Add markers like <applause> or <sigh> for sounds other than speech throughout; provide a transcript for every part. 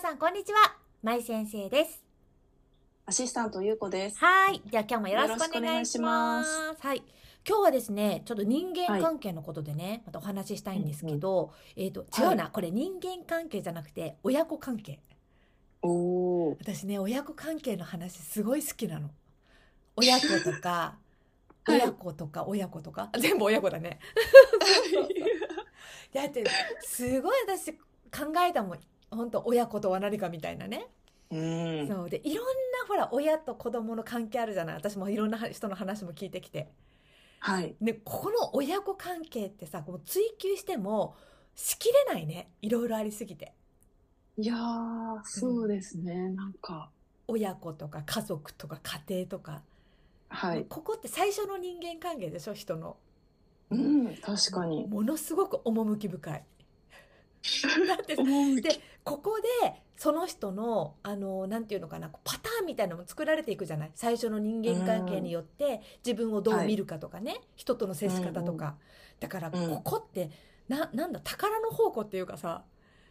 さんこんにちは。まい先生です。アシスタントゆうこです。はい。じゃあ今日もよろしくお願いします。よはい。今日はですね、ちょっと人間関係のことでね、またお話ししたいんですけど、えっと、違うな、これ人間関係じゃなくて、親子関係。お <laughs> お。私ね、親子関係の話すごい好きなの。親子と <laughs> か、はい親子とか、親子とか、 <laughs> 全部親子だね。だって、すごい私考えたもん。本当親子とは何かみたいなね。 <laughs> うん。そうでいろんなほら親と子供の関係あるじゃない私もいろんな人の話も聞いてきて、はい。ね、ここの親子関係ってさもう追求してもしきれないねいろいろありすぎていやー、そうですね。なんか、親子とか家族とか家庭とか、はい。ここって最初の人間関係でしょ人のうん、確かに。ものすごく趣深 <laughs> いだって思うでここでその人のあのなんていうのかなこうパターンみたいなのも作られていくじゃない最初の人間関係によって自分をどう見るかとかね、人との接し方とか、だからうんここって、ななんだ宝の宝庫っていうかさ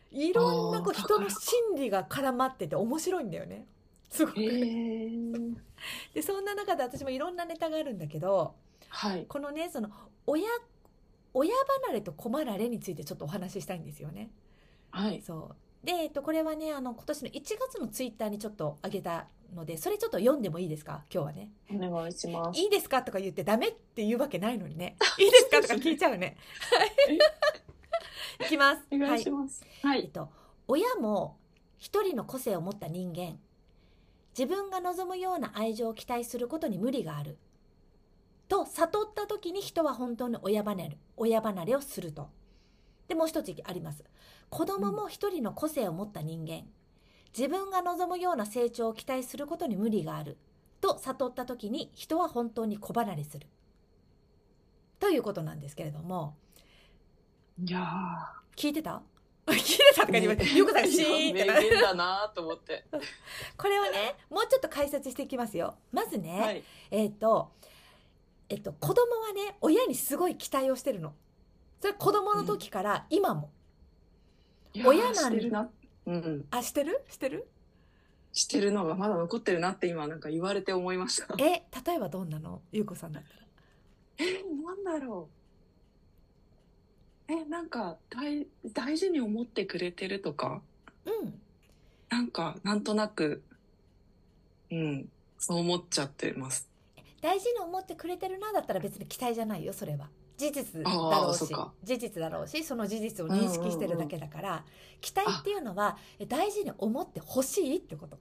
いろんなこうあー人の心理が絡まってて面白いんだよね。すごくへえー。でそんな中で私もいろんなネタがあるんだけどはい。このねその親親離れと子離れについてちょっとお話ししたいんですよね。はい。そう。で、えっと、これはね、あの、今年の1月のツイッターにちょっと上げたので、それちょっと読んでもいいですか今日はね。お願いします。いいですかとか言って、ダメって言うわけないのにね。いいですかとか聞いちゃうね。 <laughs> はい。いきます。お願いしはい。ます。はえっ。と、親も一人の個性を持った人間。自分が望むような愛情を期待することに無理がある。と悟った時に人は本当に親離れ親離れをすると。でもう一つあります。子供も一人の個性を持った人間。自分が望むような成長を期待することに無理がある。と悟った時に人は本当に子離れする。ということなんですけれども、いや聞いてた <laughs> 聞いてたとかー。言われて、よくさんがシーンって <laughs> な名言だなーと思って。これをね、もうちょっと解説していきますよ。まずね、はい。えっ、と、えっと、子供はね、親にすごい期待をしてるの。それ子供の時から今も。いやー親なんしてるな。うん。あ、してるしてるしてるのがまだ残ってるなって今なんか言われて思いました。え、例えばどんなのゆうこさんだったら。え、なんだろう。え、なんか、大、大事に思ってくれてるとか、うん。なんか、なんとなく、うん、そう思っちゃってます。大事に思ってくれてるなだったら別に期待じゃないよ、それは。事実だろうあーそしっか、事実だろうし、その事実を認識してるだけだから、期待っていうのは、え大事に思ってほしいってこと。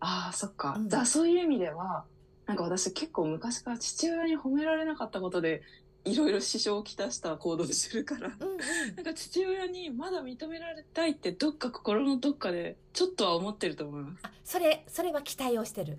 ああ、そっかう。んだ、そういう意味では、なんか私結構昔から父親に褒められなかったことで、いろいろ支障をきたした行動をするから、うんうん。 <laughs> なんか父親にまだ認められたいってどっか心のどっかで、ちょっとは思ってると思います。あ、それ、それは期待をしてる。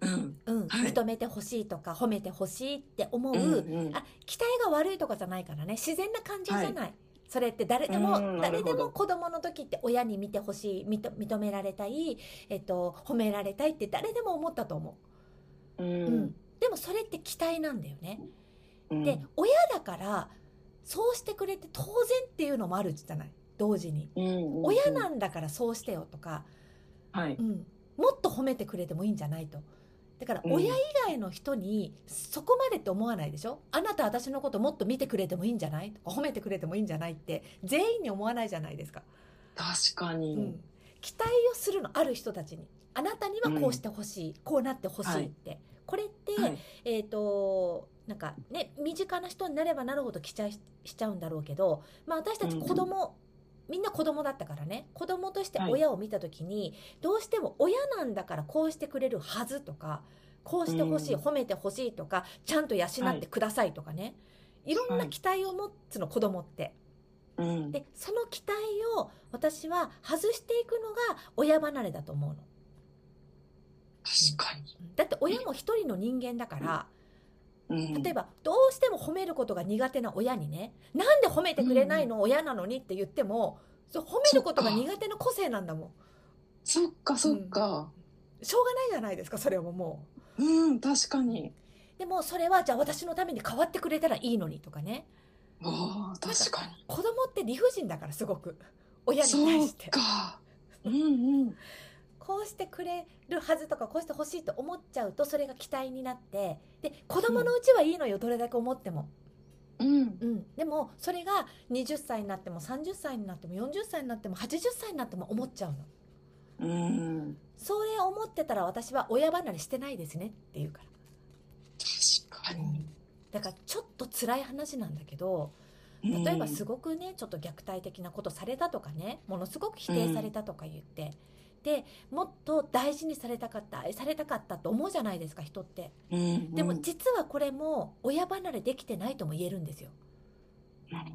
うん。うん。はい認めてほしいとか、褒めてほしいって思う、うん、うん。あ期待が悪いとかじゃないからね自然な感情じゃない、それって誰でも、うんな誰るでほども子供の時って親に見てほしい認認められたい、えっと、褒められたいって誰でも思ったと思うう、ん。でもそれって期待なんだよね、うんで親だからそうしてくれて当然っていうのもあるじゃない同時に、うんうん、親なんだからそうしてよとか、はい。うん、もっと褒めてくれてもいいんじゃないと。だからうん親以外の人にそこまでって思わないでしょ、あなた私のこともっと見てくれてもいいんじゃないとか褒めてくれてもいいんじゃないって全員に思わないじゃないですか、確かに。うん期待をするのある人たちにあなたにはこうしてほしい、こうなってほしいって、これって、はいえっ、となんかね身近な人になればなるほど期待ししちゃうんだろうけど、まあ、私たち子供、みんな子供だったからね子供としてはい親を見た時に、どうしても親なんだからこうしてくれるはずとかこうしてほしい、うん褒めてほしいとかちゃんと養ってくださいとかね、い、ろんな期待を持つの子供って。うん、でその期待を私は外していくのが親離れだと思うの。確かに。だって親も一人の人間だから、うん、例えばどうしても褒めることが苦手な親にねなんで褒めてくれないの、親なのにって言ってもそう褒めることが苦手な個性なんだもんそっかそっか。しょうがないじゃないですかそれはもううん、確かに。でもそれはじゃあ私のために変わってくれたらいいのにとかねああ、確か子供って理不尽だからすごく親に対に。そしうてか。うんこうしてくれるはずとかこうしてほしいと思っちゃうとそれが期待になってで子供のうちはいいのよどれだけ思っても、うんうん、でもそれが20歳になっても30歳になっても40歳になっても80歳になっても思っちゃうのうんそれ思ってたら私は親離れしてないですねっていうから確かにだからちょっと辛い話なんだけど例えばすごくねちょっと虐待的なことされたとかねものすごく否定されたとか言って、でもっと大事にされたかった愛されたかったと思うじゃないですか人ってうんでうもん実はこれも親離れできてないとも言えるんですよ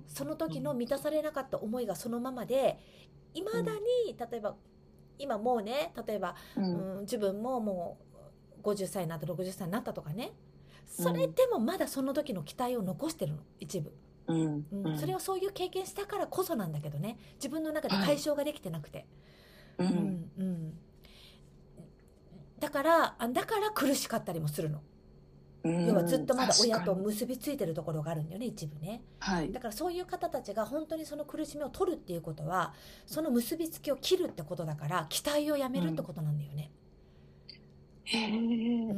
その時の満たされなかった思いがそのままでいまだに例えば今もうね例えば、うんうん、自分ももう50歳になった60歳になったとかねそれでもまだその時の期待を残してるの一部うんうんうんそれをそういう経験したからこそなんだけどね自分の中で解消ができてなくて、ううんんうん、だからあだから苦しかったりもするのうん要はずっとまだ親と確かに結びついてるところがあるんだよね一部ねはいだからそういう方たちが本当にその苦しみを取るっていうことはその結びつきを切るってことだから期待をやめるってことなんだよね、へう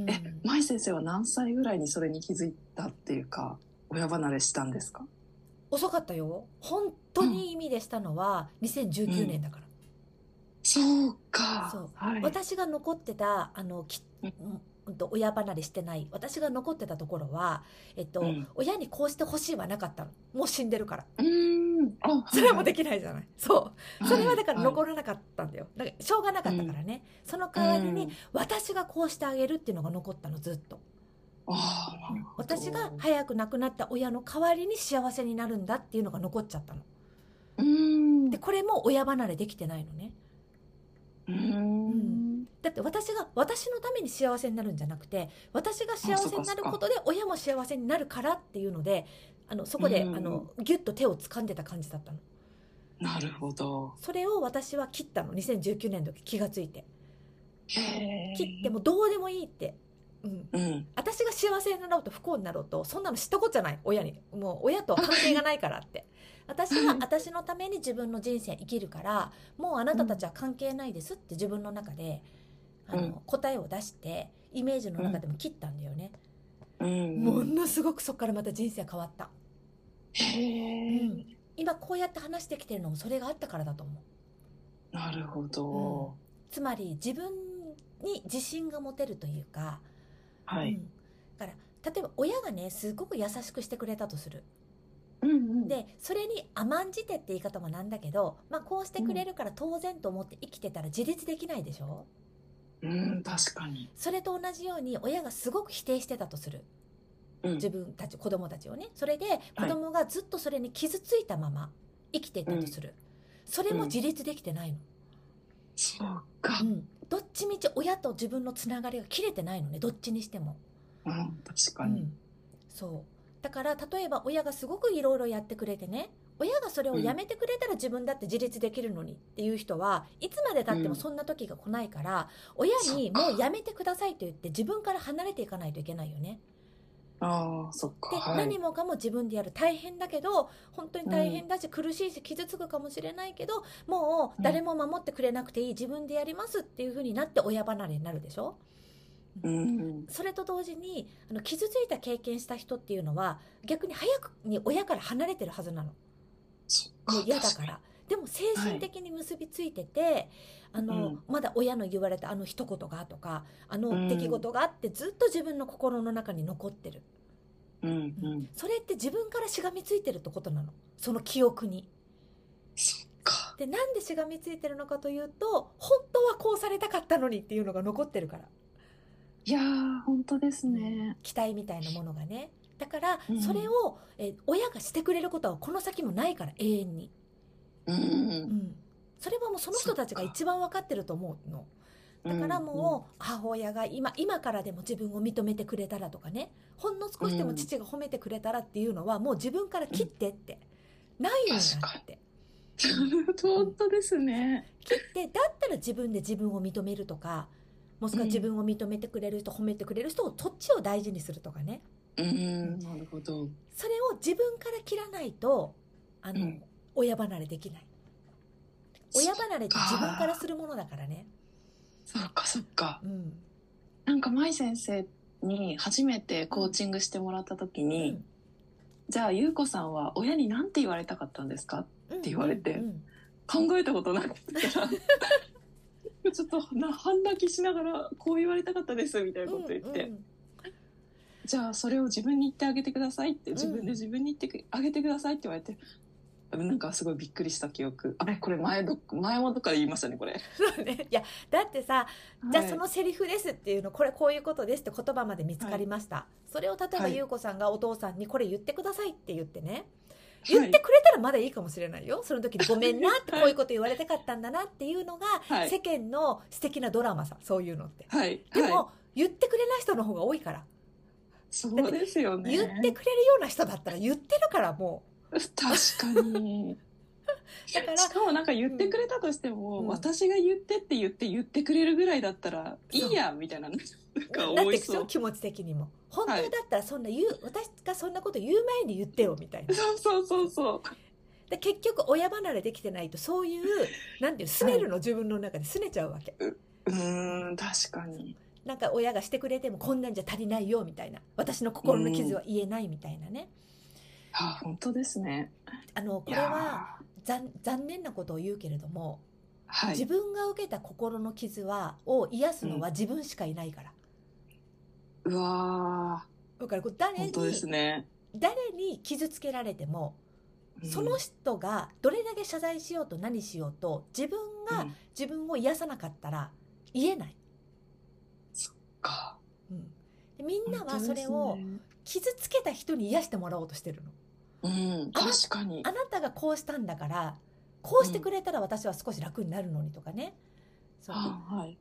んええ舞先生は何歳ぐらいにそれに気づいたっていうか親離れしたんですか遅かったよ本当に意味でしたのは2019年だから、そうかそうはい私が残ってたあのき、うんうんと、親離れしてない私が残ってたところは、えっとうん親にこうしてほしいはなかったのもう死んでるからうんあそれはもうできないじゃない、そうそれはだから残るらなかったんだよだからしょうがなかったからね、その代わりに私がこうしてあげるっていうのが残ったのずっとああ私が早く亡くなった親の代わりに幸せになるんだっていうのが残っちゃったのうんでこれも親離れできてないのねうんだって私が私のために幸せになるんじゃなくて私が幸せになることで親も幸せになるからっていうのであのそこで、うんあのギュッと手を掴んでた感じだったのなるほどそれを私は切ったの2019年の時気がついてへえ切ってもどうでもいいって、うん、うん私が幸せになろうと不幸になろうとそんなの知ったことじゃない親にもう親とは関係がないからって <laughs> 私は私のために自分の人生生きるからもうあなたたちは関係ないですって自分の中であの、うん答えを出してイメージの中でも切ったんだよね、うんものすごくそこからまた人生変わった、へえうん今こうやって話してきてるのもそれがあったからだと思うなるほどつまり自分に自信が持てるというか、はういん、だから例えば親がねすごく優しくしてくれたとするうんうんでそれに甘んじてって言い方もなんだけど、まあ、こうしてくれるから当然と思って生きてたら自立できないでしょうん確かにそれと同じように親がすごく否定してたとするうん自分たち子供たちをねそれで子供がずっとそれに傷ついたまま生きていたとする、それも自立できてないの、そうかうんどっちみち親と自分のつながりが切れてないのねどっちにしても、うん確うかにんそうだから例えば親がすごくいろいろやってくれてね親がそれをやめてくれたら自分だって自立できるのにっていう人はいつまでたってもそんな時が来ないから、親にもうやめてくださいと言って自分から離れていかないといけないよね。ああそっかで、はい何もかも自分でやる大変だけど本当に大変だし苦しいし傷つくかもしれないけど、もう誰も守ってくれなくていい自分でやりますっていう風になって親離れになるでしょうんそれと同時にあの傷ついた経験した人っていうのは逆に早くに親から離れてるはずなのそっかもう嫌だ確かにら。でも精神的に結びついてて、あの、うんまだ親の言われたあの一言がとかあうんの出来事があってずっと自分の心の中に残ってるうんうんそれって自分からしがみついてるってことなのその記憶に。そっかでなんでしがみついてるのかというと本当はこうされたかったのにっていうのが残ってるからいやー本当ですね期待みたいなものがねだからうんそれを、え親がしてくれることはこの先もないから永遠に、うんうん、それはもうその人たちが一番分かってると思うのだからもう母親が今今からでも自分を認めてくれたらとかねほんの少しでも父が褒めてくれたらっていうのはもう自分から切ってって、ないよう確だかってうん <laughs> 本当ですね切ってだったら自分で自分を認めるとかもしくは自分を認めてくれる人、褒めてくれる人をそっちを大事にするとかねうんなるほどそれを自分から切らないとあの、うん親離れできない親離れって自分からするものだからね。そっかそっか。うん。なんか舞先生に初めてコーチングしてもらった時うに、んじゃあ優子さんは親に何て言われたかったんですかって言われてうん考えたことなかったから <laughs> ちょっとな半泣きしながらこう言われたかったですみたいなこと言って、うんうんじゃあそれを自分に言ってあげてくださいってん自分で自分に言ってあげてくださいって言われて。なんかすごいびっくりした記憶。あれこれ前どっ前もどっかで言いましたね、これ。そう <laughs> ねいやだってさじゃあはいそのセリフですっていうのこれこういうことですって言葉まで見つかりました、それを例えばはい優子さんがお父さんにこれ言ってくださいって言ってねはい言ってくれたらまだいいかもしれないよその時にごめんなってこういうこと言われたかったんだなっていうのがはい世間の素敵なドラマさそういうのってはい。でも、はい、言ってくれない人の方が多いから、そうですよね。言ってくれるような人だったら言ってるからも確かうに。<laughs> だからしかもなんか言ってくれたとしても、うん私が言ってって言って言ってくれるぐらいだったら、いいや、みたいな、なんかなっ思ていくしそょう。気持ち的にも本当だったらそんな言う、私がそんなこと言う前に言ってよみたいなそうそうそうそう。で結局親離れできてないとそういうなんていう拗ねるの自分の中で拗ねちゃうわけうーん、確かに。なんか親がしてくれてもこんなんじゃ足りないよみたいな私の心の傷は言えないみたいなねあ、本当ですね。あのこいれやーは残残念なことを言うけれどもは自い。分が受けた心の傷はを癒すのは自分しかいないからうわだからこれー誰本に当ですね。誰に傷つけられてもうんその人がどれだけ謝罪しようと何しようと自分うがん自分を癒さなかったら言えない、かうん、でみんなは本当そでれすをね傷つけた人に癒してもらおうとしてるのうん、確かにあ。なたがこうしたんだからこうしてくれたら私は少し楽になるのにとかね、そうあはい。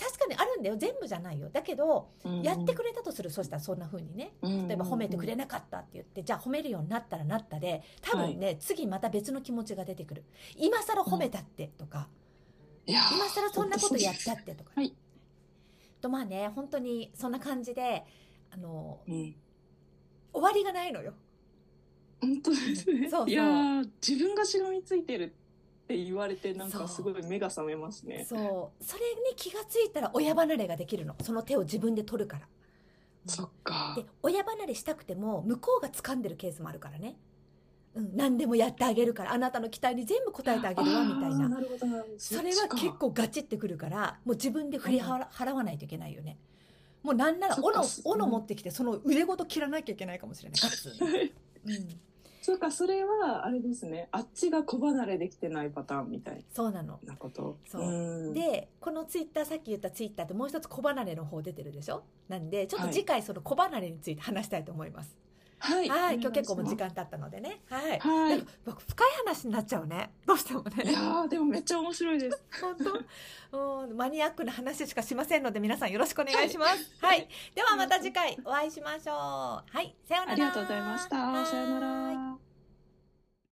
確かにあるんだよ全部じゃないよだけどうんやってくれたとするそしたらそんな風にね例えば褒めてくれなかったって言ってじゃあ褒めるようになったらなったで多分ね、次また別の気持ちが出てくる今更褒めたってとか、いやー今更そんなことやっちゃってとか、はいとまあね本当にそんな感じであのうん終わりがないのよ本当ですね。そうそういやー自分がしがみついてるって言われて、なんかすごい目が覚めますね。そうそれに気がついたら親離れができるのその手を自分で取るからそっかで。親離れしたくても向こうが掴んでるケースもあるからね、うん、何でもやってあげるからあなたの期待に全部応えてあげるわみたいあーななるほどなるほどそれは結構ガチってくるからもう自分で振り払払わないといけないよねもうなんならそっか斧そ斧持ってきてその腕ごと切らなきゃいけないかもしれ <laughs> ないガツンはいうん、 <laughs> そうか、それはあれですね。あっちが小離れできてないパターンみたいそうなのなこと。そううん、でこのツイッターさっき言ったツイッターってもう一つ小離れの方出てるでしょなんでちょっと次回その小離れについて話したいと思いますはい。はい、お願いしま今す日結構もう時。間経ったのでねはい、はい。いなんか深い話になっちゃうねどうしてもねやーでもめっちゃ面白いです。本当 <laughs> うんマニアックな話しかしませんので皆さんよろしくお願いします。はい、ではまた次回お会いしましょう。はい、さようなら。ありがとうございました。さようなはーいら。